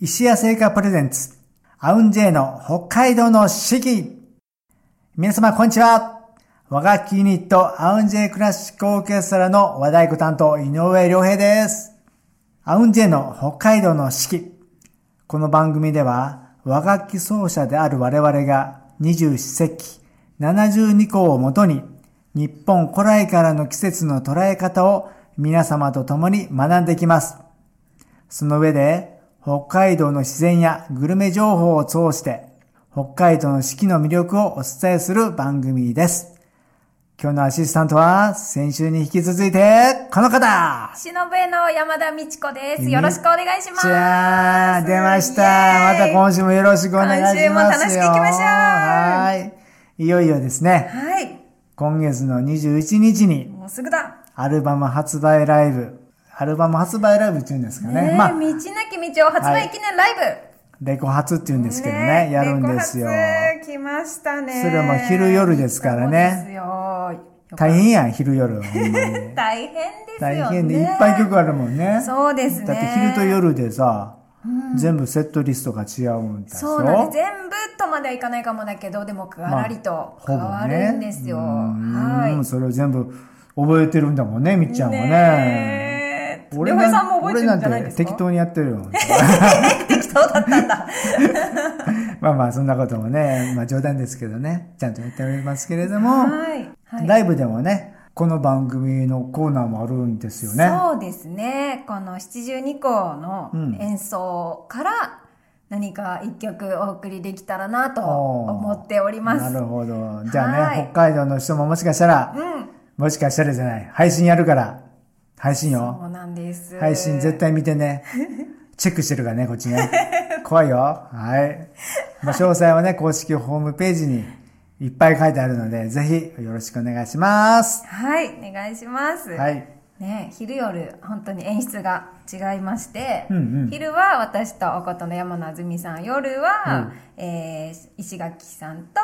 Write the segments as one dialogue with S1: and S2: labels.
S1: 石屋製菓プレゼンツ、アウンジェイの北海道の四季。皆様、こんにちは。和楽器ユニット、アウンジェイクラシックオーケストラの和太鼓担当、井上良平です。アウンジェイの北海道の四季。この番組では、和楽器奏者である我々が24節気72項をもとに、日本古来からの季節の捉え方を皆様と共に学んできます。その上で、北海道の自然やグルメ情報を通して、北海道の四季の魅力をお伝えする番組です。今日のアシスタントは、先週に引き続いて、この方
S2: しのぶえの山田美智子です。
S1: ね
S2: よろしくお願いします。
S1: じゃあ、出ました。ま
S2: イ
S1: た
S2: エーイ
S1: 今週もよろしくお願いしますよ。
S2: 今週も楽しくいきましょう
S1: はい。いよいよですね、
S2: はい。
S1: 今月の21日に、
S2: もうすぐだ。
S1: アルバム発売ライブ、アルバム発売ライブって言うんですかね。
S2: ねえ、
S1: ま
S2: 道
S1: あ、
S2: なき道を発売記念ライブ。
S1: レコ発って言うんですけどね、やるんですよ。
S2: レコ発来ましたね。
S1: それはもう昼夜ですからね
S2: そうですよ。
S1: 大変やん、昼夜は。ほ んまに
S2: 大変ですよね。
S1: 大変で、いっぱい曲あるもんね。
S2: そうですね。
S1: だって昼と夜でさ、全部セットリストが違うんだよ
S2: そうなんです。全部とまではいかないかもだけど、でもガラリと変わるんですよ。
S1: う
S2: はい
S1: ーん。それを全部覚えてるんだもんね、みっちゃんはね。
S2: ねえ。
S1: 俺
S2: 両
S1: な
S2: 平さんも覚えてるんじゃないですか
S1: 俺なんて適当にやってるよ。
S2: 適 当だったんだ。
S1: まあまあ、そんなこともね、まあ冗談ですけどね、ちゃんとやっておりますけれども、
S2: はい。はい。
S1: ライブでもね、この番組のコーナーもあるんですよね。
S2: そうですね。この七十二項の
S1: うん
S2: 演奏から何か一曲お送りできたらなと
S1: おー
S2: 思っております。
S1: な
S2: う
S1: るほど。じゃあ
S2: は
S1: ね
S2: い、
S1: 北海道の人ももしかしたら、
S2: ん。
S1: もしかしたらじゃない、配信やるから、配信よ。
S2: そうなんです。
S1: 配信絶対見てね。チェックしてるからね、こっち ね。怖いよ。はい。まあ詳細はね、公式ホームページにいっぱい書いてあるので、ぜひよろしくお願いします。
S2: はい、お願いします。
S1: はい。
S2: ね、昼夜本当に演出が違いまして、
S1: うんうん
S2: 昼は私とおことの山野あずみさん夜は、えー石垣さんと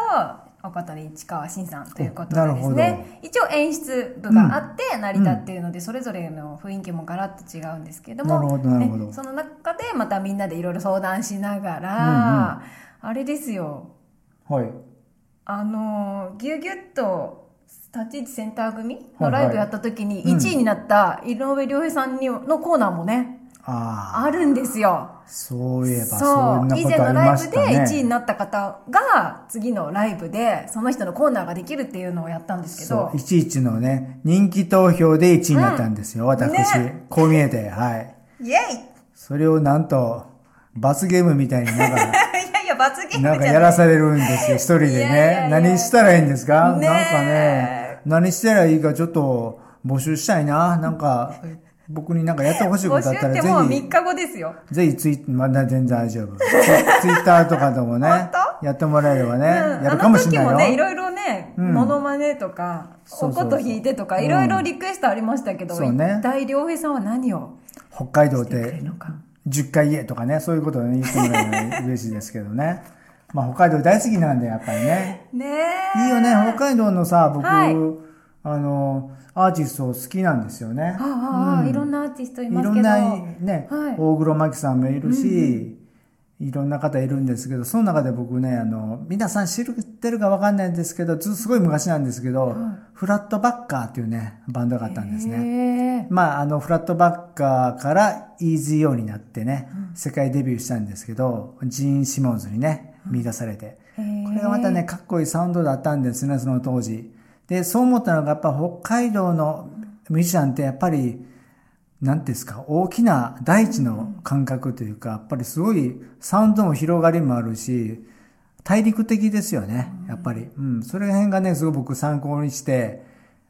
S2: おことの市川新さんということ
S1: おな
S2: で
S1: る
S2: で
S1: ほ
S2: す
S1: ど
S2: ね一応演出部があって成田っていうので、それぞれの雰囲気もガラッと違うんですけども
S1: なるほどなるほど
S2: ねその中でまたみんなでいろいろ相談しながら、あれですよ
S1: はい。
S2: あのーぎゅうぎゅっと立ち位置センター組
S1: は
S2: の
S1: いはい
S2: ライブやった時に1位になった井上良平さんにのコーナーもね、
S1: あ
S2: あるんですよ
S1: あ、。そういえば、
S2: そ
S1: そんな
S2: う。以
S1: こ
S2: 前
S1: とあ
S2: の
S1: り
S2: ラ
S1: ま
S2: イブ
S1: し
S2: で
S1: たね。
S2: 1位になった方が次のライブでその人のコーナーができるっていうのをやったんですけ
S1: そ
S2: ど
S1: う、、いちいちのね、人気投票で1位になったんですよ、私。
S2: ね
S1: こう見えて、はい。
S2: イエイ いや
S1: それをなんと、罰ゲームみたいになんか、
S2: いや、罰ゲームじゃ な
S1: ないんかやらされるんですよ、一人でね。
S2: いやいやいや
S1: 何したらいいんですか、
S2: ねえ
S1: なんかね、何したらいいかちょっと募集したいな。なんか、僕になんかやってほしいこ
S2: 募
S1: とあった
S2: 集っても
S1: ら、
S2: う
S1: ぜひ
S2: 3、日後ですよ。
S1: ぜひツイまだ全然大 丈夫。ツイツイッターとかでもね
S2: 本、
S1: やってもらえればね、
S2: うん
S1: やるかもしれ
S2: あの時も
S1: ない
S2: ね、い
S1: よ。
S2: ろいろね、モノマネとか、
S1: そう
S2: お
S1: そうそう
S2: こと弾いてとか、いろいろリクエストありましたけど、
S1: そうね
S2: 一体良平さんは何を
S1: 北海道っ
S2: してくれる
S1: て
S2: のか。
S1: 10回言えとかね、そういうことをね、言ってもらえれば嬉しいですけどね。 まあ北海道大好きなんで、やっぱりね。
S2: ねえ。
S1: いいよね、北海道のさ、僕、
S2: はい
S1: あの、アーティスト好きなんですよね。
S2: ああ、いろんなアーティストい
S1: い
S2: ます
S1: ろん
S2: けど。
S1: なね、
S2: はい
S1: 大黒摩季さんもいるし、いろんな方いるんですけど、その中で僕ね、あの、皆さん知ってるかわかんないんですけど、ずすごい昔なんですけど、フラットバッカーっていうね、バンドがあったんですね。
S2: ね。
S1: まあ、あの、フラットバッカーからイージーオーになってね、世界デビューしたんですけど、ジーン・シモンズにね、見出されて。
S2: へえ
S1: これがまたね、かっこいいサウンドだったんですね、その当時。で、そう思ったのが、やっぱ北海道のミュージシャンって、やっぱり、なんていうんですか、大きな大地の感覚というか、やっぱりすごいサウンドも広がりもあるし、大陸的ですよね、やっぱり。うん、それら辺がね、すごく僕参考にして、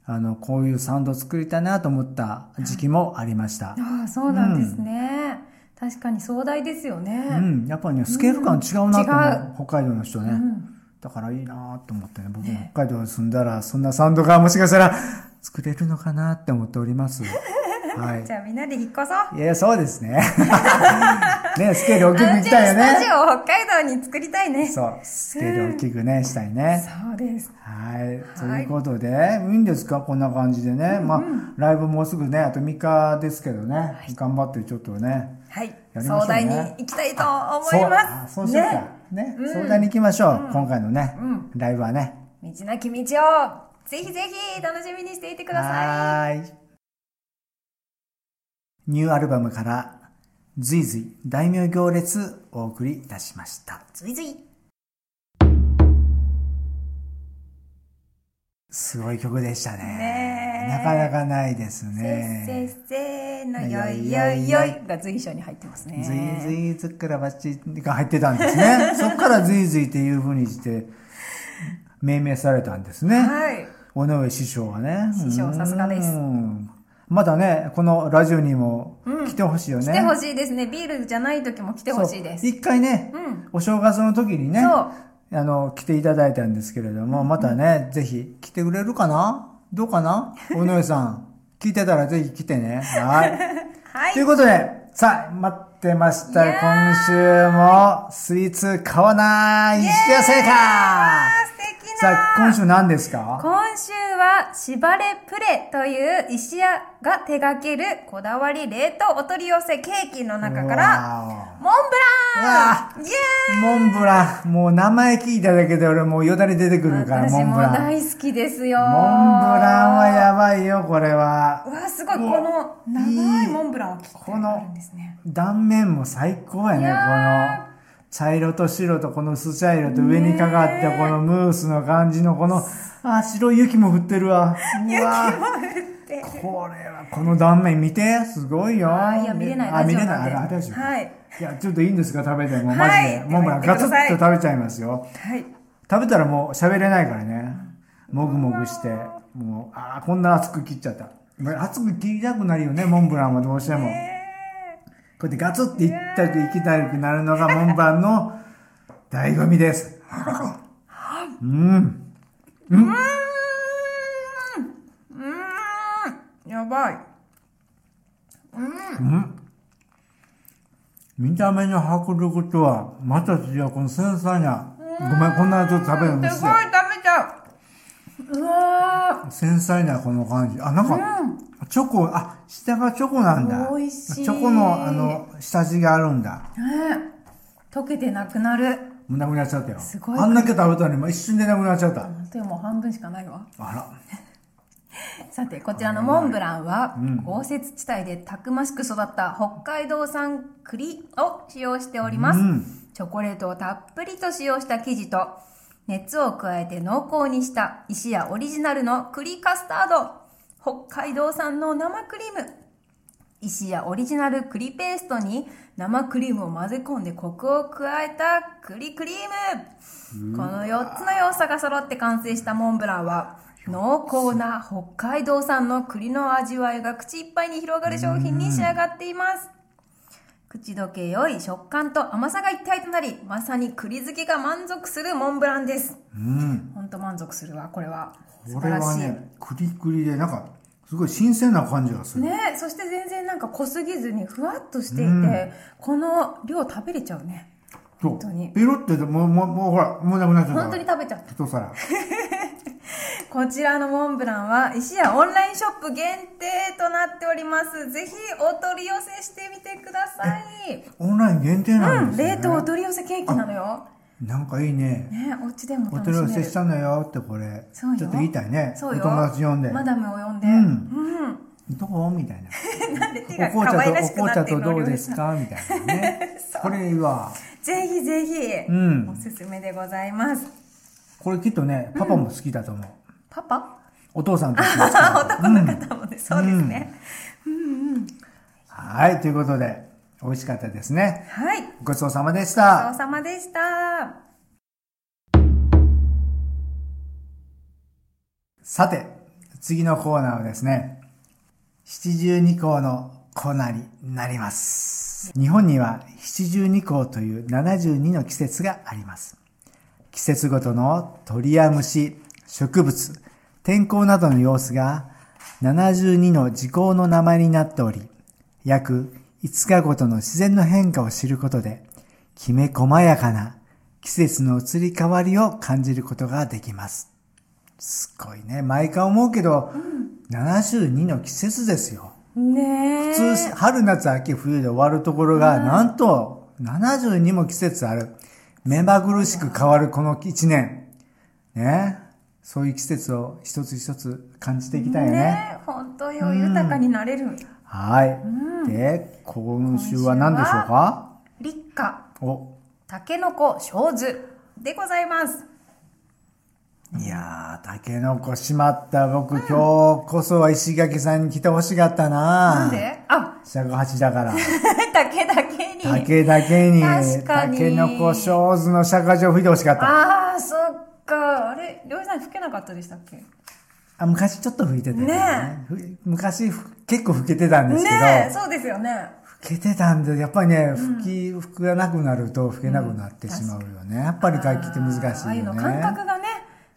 S1: あの、こういうサウンドを作りたいなと思った時期もありました。
S2: ああ、そうなんですね。確かに壮大ですよね。
S1: うん、やっぱりね、スケール感違うなと思う、北海道の人ね。
S2: ん
S1: だからいいなと思ってね、僕も北海道に住んだら、そんなサウンドがもしかしたら作れるのかなって思っており ます。はい
S2: じ。ゃあみんなで引っ越そ
S1: い
S2: う。
S1: や、そうです ね。ね、スケール大きく
S2: 安
S1: い
S2: 心
S1: き
S2: ス
S1: たいよ
S2: タジ
S1: ね。
S2: オを北海道に作りたいね。そ
S1: そう、スケール大きくね、したいね。
S2: うです。
S1: はい。ということで、い、いんですかこんな感じでね。まあ、ライブもうすぐね、あと3日ですけどね。頑張ってちょっとね、
S2: はい。
S1: ややりましょうね
S2: 壮大に行きたいと
S1: そう
S2: 思い
S1: あ
S2: ます。
S1: そうしようか。
S2: ね
S1: ね。
S2: うん
S1: 相談に行きましょう。今回のね、
S2: うん
S1: ライブはね。
S2: 道なき道をぜひぜひ楽しみにしていてください。
S1: はーい。ニューアルバムから、随随大名行列お送りいたしました。
S2: ずいずい。
S1: すごい曲でしたね。
S2: ねえ
S1: なかなかないです
S2: せっ
S1: ね。
S2: せっせのよいよいよいが随所に入ってますね。
S1: ずいずいずっからばっちが入ってたんです ね。そっからずいずいっていう風にして、命名されたんですね。
S2: はい。
S1: 尾上師匠はね。
S2: 師匠さすがです
S1: うん。まだね、このラジオにも来てほしいよね。
S2: 来てほしいですね。ビールじゃない時も来てほしいです。
S1: そう一回ね、お正月の時にね、
S2: そう
S1: あの、来ていただいたんですけれども、またね、ぜひ来てくれるかなどうかな尾上さん、 聞いてたらぜひ来てね。はい。
S2: はい
S1: とい。うことで、さあ、待ってました。
S2: いやー
S1: 今週もスイーツ買わない石田製
S2: あ
S1: 菓
S2: ー素敵な
S1: さあ、今週何ですか
S2: 今週は、しばれプレという石屋が手掛けるこだわり冷凍お取り寄せケーキの中から、
S1: ら
S2: モンブランイエ
S1: モンブラン、もう名前聞いただけで俺もうよだれ出てく
S2: ーイ
S1: るから、モ
S2: 私
S1: ン
S2: も
S1: ブラン。モン
S2: 大好きですよ。
S1: ブランはやばいよ、これは。
S2: うわ、すごい、この長いモンブランを切って
S1: この
S2: あるんですね。
S1: 断面も最高や
S2: い
S1: ね、こ
S2: や
S1: の。茶色と白とこの薄茶色と上にかかったこのムースの感じのこの、あ、白い雪も降ってるわ。うわ
S2: で
S1: これは、この断面見て、すごいよ。
S2: あーいや、見れない
S1: あ、
S2: ラ
S1: 見
S2: ジオ
S1: れ
S2: な
S1: なんい。
S2: で。
S1: あ、大丈夫。
S2: はい。
S1: いや、ちょっといいんですか食べても、マジ
S2: はい
S1: で。モンブランガツ
S2: では
S1: ッ
S2: 行って
S1: と
S2: くだ
S1: 食べちゃいますよ。
S2: はい。
S1: 食べたらもう喋れないからね。もぐもぐして。もう、ああ、こんな厚く切っちゃった。まあ厚く切りたくなるよね、モンブランはどうしても。こうやってガツっていったく、いきたくなるのがモンブランの醍醐味です。うん。
S2: うーん。やばい。
S1: 見た目の迫力とは、また違う、この繊細な。ごめん、こんなちょっと食べるの
S2: す
S1: し
S2: ごい食べちゃう。うわ
S1: 繊細なこの感じ。あ、なんか、チョコ、あ、下がチョコなんだ。
S2: 美味しい
S1: チョコの、あの、下地があるんだ。
S2: ー。ね溶けてなくなる。
S1: もうなくなっちゃったよ。
S2: すごい
S1: あんだけ食べたのに、もう一瞬でなくなっちゃった。
S2: 本当にもう半分しかないわ。
S1: あら。
S2: さて、こちらのモンブランは、豪雪地帯でたくましく育った北海道産栗を使用しております。
S1: うん
S2: チョコレートをたっぷりと使用した生地と、熱を加えて濃厚にした石屋オリジナルの栗カスタード、北海道産の生クリーム、石屋オリジナル栗ペーストに生クリームを混ぜ込んでコクを加えた栗クリームこの4つの要素が揃って完成したモンブランは濃厚な北海道産の栗の味わいが口いっぱいに広がる商品に仕上がっています口どけ良い食感と甘さが一体となりまさに栗好きが満足するモンブランです
S1: うん。
S2: ほんと満足するわこれは素
S1: こ
S2: 晴
S1: れ
S2: ら
S1: は
S2: しい
S1: ね、クリクリで、なんか、すごい新鮮な感じがする。
S2: ねえそして全然なんか濃すぎずにふわっとしていて、
S1: うん
S2: この量食べれちゃうね
S1: そう
S2: 本当に
S1: ペロって、もう、もう、もう、ほら、もうなくなっちゃった。
S2: 本当に食べちゃった
S1: 一皿。
S2: こちらのモンブランは石屋オンラインショップ限定となっておりますぜひお取り寄せしてみてください
S1: オンライン限定な
S2: うんん
S1: ですね。
S2: 冷凍お取り寄せケーキなのよ
S1: なんかいいね。
S2: ねえお家でも
S1: お
S2: 楽
S1: 取り寄
S2: しめ
S1: せ
S2: る
S1: したのよってこれ。
S2: そうよ
S1: ちょっと言いたいね。
S2: そうよ
S1: お友達呼んで。
S2: マダムを呼んで、
S1: ん
S2: うん
S1: どこみた いな。
S2: なんで手
S1: お
S2: が
S1: 紅
S2: 可
S1: 茶
S2: 愛らし
S1: と、
S2: く
S1: お紅
S2: な
S1: 茶
S2: って
S1: と
S2: るの
S1: どう
S2: 料理
S1: ですかみたいなね
S2: そ。う
S1: これは、
S2: ぜひぜひ、
S1: うん
S2: おすすめでございます
S1: これきっとね、パパも好きだと思う。
S2: パパ
S1: お父さんと一緒に作 った
S2: 男の方もね、そうですね、
S1: はい、ということで、美味しかったですね。
S2: はい
S1: ごちそうさまでし
S2: ごち
S1: た
S2: そう。さまでした。
S1: さて、次のコーナーはですね、七十二項のコーナーになります。日本には七十二項という72の季節があります。季節ごとの鳥や虫、植物、天候などの様子が72の時効の名前になっており、約5日ごとの自然の変化を知ることで、きめ細やかな季節の移り変わりを感じることができます。すごいね。毎回思うけど、72の季節ですよ。
S2: ねえ。
S1: 普通、春、夏、秋、冬で終わるところが、なんと、72も季節ある。目まぐるしく変わるこの1年。ねそういう季節を一つ一つ感じていきたいよね。
S2: え本当よ、豊かになれる。
S1: はい。で、今週は何でしょうか
S2: 立夏、
S1: お、
S2: タケノコ、生酢でございます。
S1: いやー、タケノコしまった。僕、今日こそは石垣さんに来てほしかったな
S2: なんであ、
S1: シャゴハチだから。
S2: 竹だけに。
S1: 竹だけに、
S2: 確か
S1: タ
S2: に
S1: ケノコ小豆の釈迦状吹いてほしかった。
S2: ああ、そっか。あれ、りょうじさん吹けなかったでしたっけ
S1: あ昔ちょっと吹いてたよね
S2: ね
S1: ふ昔ふ結構吹けてたんですけど、
S2: ねえ、そうですよね。
S1: 吹けてたんで、やっぱりね、吹き、吹かなくなると吹けなくなってしまうよね。やっぱり楽器って難しい
S2: ああいう
S1: よ
S2: の
S1: ね。
S2: 感覚がね、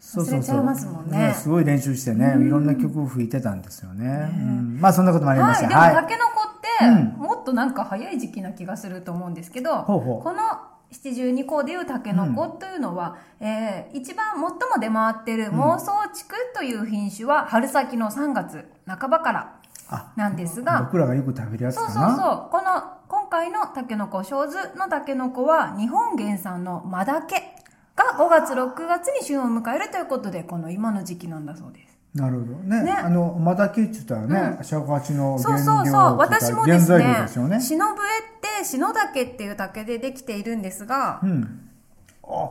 S1: そう
S2: 忘
S1: そ
S2: れ
S1: う
S2: ち
S1: そ。
S2: ゃいうますもん
S1: ね
S2: ね。
S1: すごい練習してね、いろんな曲を吹いてたんですよね。うんまあそんなこともありま
S2: は
S1: し
S2: い、
S1: た。
S2: でも
S1: は
S2: タ
S1: い。
S2: ケノコって、もっとなんか早い時期な気がすると思うんですけど、
S1: ほうほう
S2: この七十二項でいうタケノコというのは、えー一番最も出回ってる妄想竹という品種は春先の3月半ばから
S1: あ
S2: なんですが、
S1: 僕らがよく食べるやつか
S2: そう
S1: な。
S2: そうそう、この今回のタケノコ小豆のタケノコは日本原産のマダケが5月6月に旬を迎えるということで、この今の時期なんだそうです。
S1: なるほどね。
S2: ね
S1: あの、まだけって言ったらね、シャコハチの
S2: そ
S1: 原料
S2: うそ
S1: っ
S2: うそう。
S1: ていか
S2: 私もです
S1: 原材料
S2: ね
S1: ですよね、。
S2: 篠笛って篠竹っていう竹でできているんですが
S1: う、ん。あ、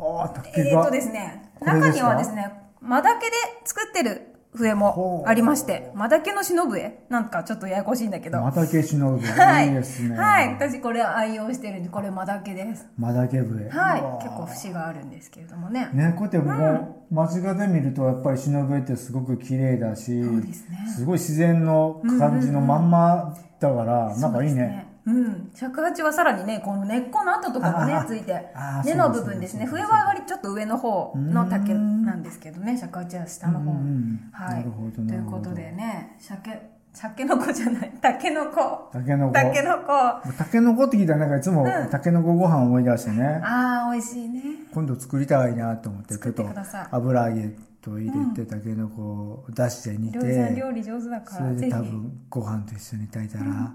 S1: あ、竹
S2: えー
S1: が
S2: と。ですね、
S1: これですか
S2: 中にはですね、マダケで作ってる笛もありまして、マダケの篠笛なんかちょっとややこしいんだけど。は
S1: まだけしのぶ。いい
S2: い。
S1: ですね。
S2: はい。私これ愛用してるんで、これマダケです。
S1: まだけ笛。
S2: はい。
S1: うわ
S2: 結構節があるんですけれどもね。
S1: ね、こうやってもう間近で見るとやっぱり忍ぶってすごく綺麗だし、
S2: そうですね
S1: すごい自然の感じのまんまだから、なんかいいね。
S2: うん、尺八はさらにねこの根っこの跡とかも
S1: あ
S2: ね
S1: ー
S2: ついて
S1: あー
S2: 根
S1: そう
S2: の
S1: です
S2: 部分ですね
S1: そう
S2: 笛
S1: です
S2: は上がりちょっと上の方の竹なんですけどね尺八は下の方、
S1: ん
S2: はい
S1: なるほど
S2: と
S1: ないる
S2: う
S1: ほ
S2: こ
S1: ど
S2: とでね鮭鮭の子じゃない竹の子
S1: タケノコ。
S2: 竹の子あ
S1: タケノコって聞いたらなんかいつもタケノコご飯思い出してね、
S2: あー美味しいね
S1: 今度作りたいなと思って、ち
S2: 作
S1: ょ
S2: っ
S1: っと
S2: てください
S1: 油揚げと入れてタケノコを出して煮て、
S2: りょうさん料理上手だか
S1: そ
S2: ら
S1: れ
S2: ぜ
S1: で
S2: ひ
S1: 多分ご飯と一緒に炊いたら、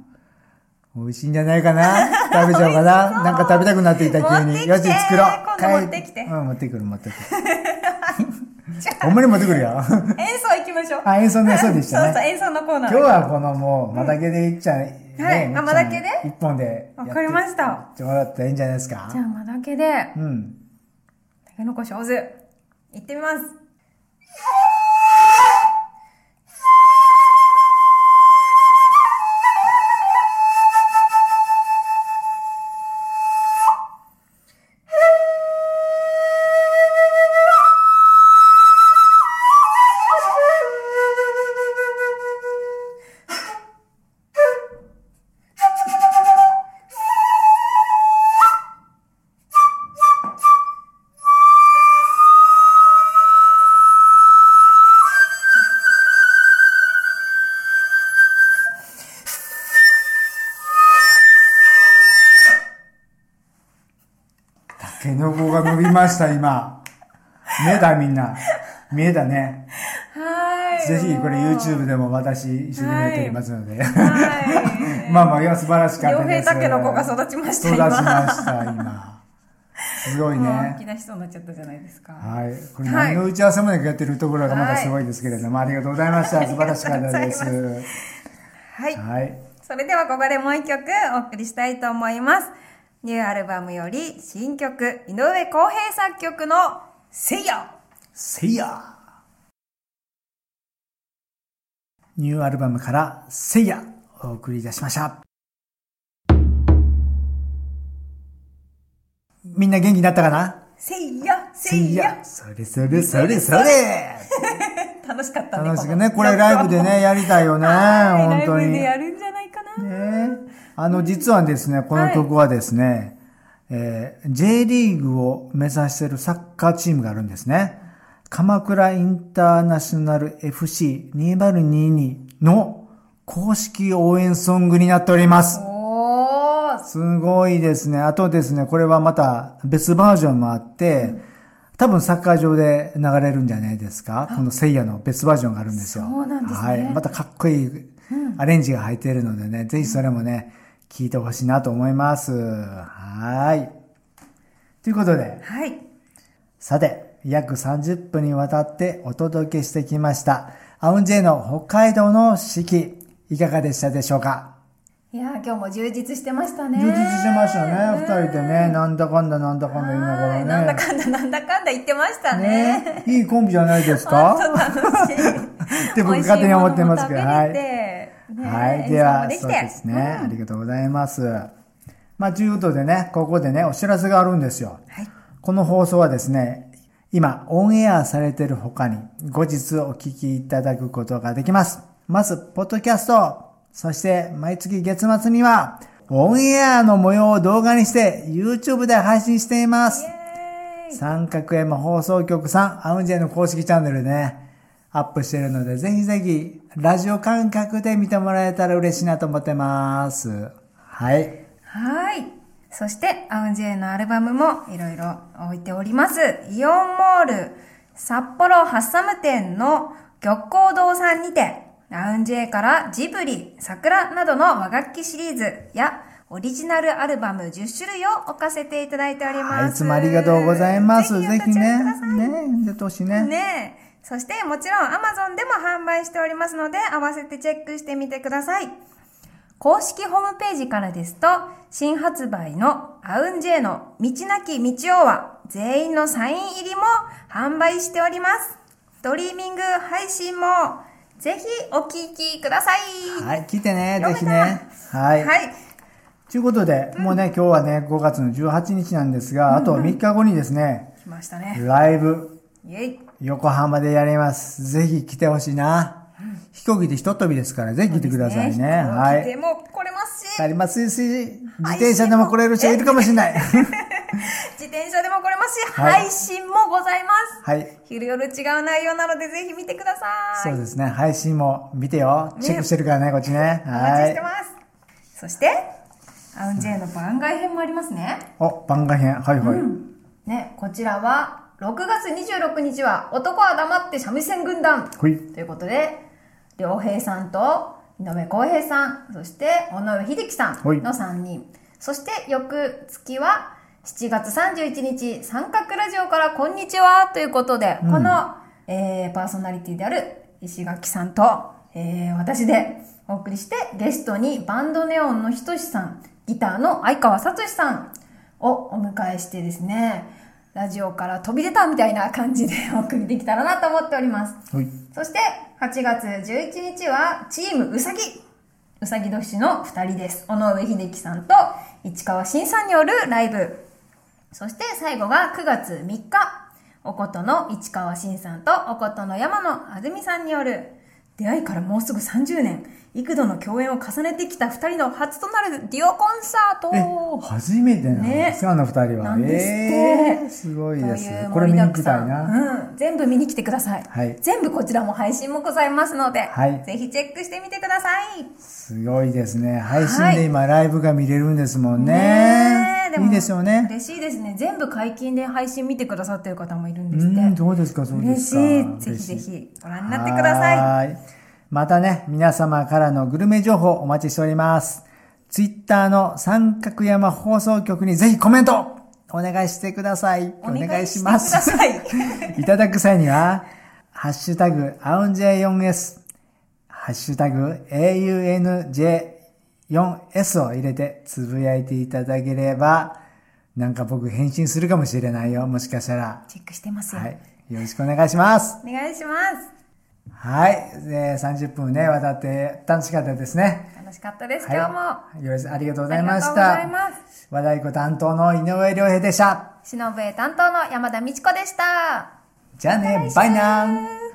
S1: 美味しいんじゃないか な食べちゃおうかななんか食べたくなってきた急
S2: 持ってき
S1: に。
S2: て
S1: よし、作ろう
S2: 今度持ってきて
S1: 帰うん、持ってくる、持 ってくる。ほんまに持ってくるよ。
S2: 演奏行きましょう
S1: あ、演奏ね、そうでした
S2: そうそう
S1: ね。
S2: 演奏のコーナ
S1: 今
S2: ー
S1: 日はこのもう、まだけでいっちゃん、
S2: はい
S1: ね、
S2: あまだけで
S1: 一本で。
S2: わかりました
S1: やってもらったらいいんじゃないですか
S2: じゃあマダケで
S1: うん。
S2: タケノコ小豆行ってみます
S1: タケノコが伸びました、今。見えたみんな。見えたね。
S2: はい
S1: ぜひ、これ
S2: もう
S1: YouTube でも私一緒に見れておりますので。
S2: は い
S1: まあまあ、いや、素晴らしかっ
S2: 傭
S1: たで
S2: 兵
S1: す。
S2: タケノコが育ちました
S1: 育ちま
S2: 今
S1: した、今。すごい
S2: もう吐き
S1: ね。
S2: 出しそうになっちゃったじゃないですか、
S1: はい。これ何の打ち合わせもなくやってるところがまたすごいですけれども、ありがとうございました。素晴らしかったです。
S2: ありがはい
S1: はい。
S2: それではここでもう一曲お送りしたいと思いますニューアルバムより新曲井上康平作曲の「せいや
S1: せいやニューアルバムからせいやお送りいたしました。みんな元気になったかな
S2: せいやせ
S1: せい
S2: い
S1: や
S2: や
S1: それそれそれそれ」
S2: 楽しかったね
S1: 楽しくね、これライブで ね、やりたいよね、
S2: はい
S1: 本当
S2: ライブ
S1: に。
S2: でやるんじゃないかな、
S1: ねあの、実はですね、この曲はですね、えー J リーグを目指しているサッカーチームがあるんですね。鎌倉インターナショナル FC2022 の公式応援ソングになっております。
S2: おー
S1: すごいですね。あとですね、これはまた別バージョンもあって、多分サッカー場で流れるんじゃないですか。このセイヤの別バージョンがあるんですよ。
S2: そうなんですね
S1: はい。またかっこいいアレンジが入っているのでね、ぜひそれもね、聞いてほしいなと思います。はーい。ということで、
S2: はい。
S1: さて、約30分にわたってお届けしてきました。アウンジェイの北海道の四季、いかがでしたでしょうか
S2: いやー、今日も充実してましたね。
S1: 充実してましたね、二人でね。
S2: うん
S1: なんだかんだなんだかんだ言いなが
S2: は
S1: ら
S2: い
S1: ね。
S2: なんだかんだなんだかんだ言ってましたね。
S1: ねいいコンビじゃないです
S2: 本
S1: か
S2: 当楽しい。
S1: って僕勝手に思ってますけど
S2: はい。
S1: はい
S2: は
S1: はい。では、
S2: でき
S1: そ
S2: て
S1: うですね、
S2: うん
S1: ありがとうございます。まあ、ということでね、ここでね、お知らせがあるんですよ。
S2: はい。
S1: この放送はですね、今、オンエアされている他に、後日お聞きいただくことができます。まず、ポッドキャスト、そして、毎月月末には、オンエアの模様を動画にして、YouTube で配信しています。
S2: イエーイ
S1: 三角山放送局さん、アウンジェイの公式チャンネルでね、アップしてるので、ぜひぜひ、ラジオ感覚で見てもらえたら嬉しいなと思ってます。はい。
S2: はい。そして、アウンジェイのアルバムもいろいろ置いております。イオンモール札幌ハッサム店の玉光堂さんにて、アウンジェイからジブリ、桜などの和楽器シリーズやオリジナルアルバム10種類を置かせていただいております。
S1: はい、いつもありがとうございます。ぜ
S2: ぜ
S1: ひ
S2: ひ
S1: ね
S2: ね。、
S1: ね、出てほしいね。
S2: ねえ。そしてもちろん Amazon でも販売しておりますので、合わせてチェックしてみてください。公式ホームページからですと、新発売のアウンジェイの道なき道をは全員のサイン入りも販売しております。ストリーミング配信もぜひお聞きください。
S1: はい、来てね、ぜ
S2: 読めた
S1: ひね。はい。
S2: はい。
S1: ということで、もうね、今日はね、5月の18日なんですが、あと3日後にですね、
S2: 来ましたね。
S1: ライブ、
S2: イェイ。
S1: 横浜でやります。ぜひ来てほしいな。飛行機でひとっ飛びですから、ぜひ来てくださいね。は
S2: はいい。。でも来れますし、
S1: ありますし、自転車でも来れる人いるかもしれない。
S2: 自転車でも来れますし、
S1: はい
S2: 配信もございます。
S1: はい。
S2: 昼夜違う内容なのでぜひ見てくださ
S1: そ
S2: い。
S1: うですね。配信も見てよ。チェックしてるからね、こっちね。
S2: お待ちして
S1: は
S2: ます。そして、アウンジェイの番外編もありますね。
S1: い。お、番外編。はいはい。
S2: ね、こちらは、6月26日は、男は黙って三味線軍団
S1: ほい。
S2: ということで、良平さんと井上康平さん、そして尾上秀樹さん
S1: はい
S2: の3人。そして翌月は7月31日、三角ラジオからこんにちはということで、この、えーパーソナリティである石垣さんと、えー私でお送りして、ゲストにバンドネオンのひとしさん、ギターの相川聡さんをお迎えしてですね、ラジオから飛び出たみたいな感じでお送りできたらなと思っております。
S1: ほい。
S2: そして8月11日はチームうさぎうさぎ年の2人です尾上秀樹さんと市川新さんによるライブそして最後が9月3日おことの市川新さんとおことの山野あずみさんによる出会いからもうすぐ30年幾度の共演を重ねてきた2人の初となるデュオコンサー
S1: え
S2: ト、
S1: 初めてなんですか、あの二人
S2: な
S1: は。
S2: んですって
S1: えーすご
S2: と
S1: いです
S2: いう。
S1: これ見
S2: 盛り
S1: に
S2: だ
S1: 行
S2: く
S1: きた
S2: さ
S1: い
S2: ん
S1: な。
S2: うん、全部見に来てください、
S1: はい
S2: 全部こちらも配信もございますので、
S1: はい
S2: ぜひチェックしてみてください
S1: すごいですね。配信で今ライブが見れるんですもんね
S2: え。でも
S1: いいですよね。
S2: 嬉しいですね全部解禁で配信見てくださってる方もいるん
S1: う
S2: です
S1: ん、
S2: って
S1: どうですか、そうで
S2: 嬉
S1: す
S2: し
S1: か。
S2: いぜひぜ
S1: 嬉しい
S2: ひご覧になってください
S1: はーい。またね、皆様からのグルメ情報お待ちしております。ツイッターの三角山放送局にぜひコメントお願いしてください。
S2: お願いしてく
S1: ま
S2: だ
S1: す。
S2: さい
S1: いただく際には、ハッシュタグ、アウンジェ 4S、ハッシュタグ、AUNJ4S を入れてつぶやいていただければ、なんか僕返信するかもしれないよ、もしかしたら。
S2: チェックしてますよ、
S1: はい。よろしくお願いします。
S2: お願いします
S1: はい、えー、30分ね、渡って楽しかったですね。
S2: 楽しかったです、
S1: はい、
S2: 今日も
S1: よろしくありがとうござ
S2: あ
S1: い
S2: り
S1: ま
S2: がと
S1: し
S2: うござい
S1: た。
S2: ます
S1: 和太鼓担当の井上良平でした。
S2: しのぶえ担当の山田美智子でした
S1: じゃあね、バイナー。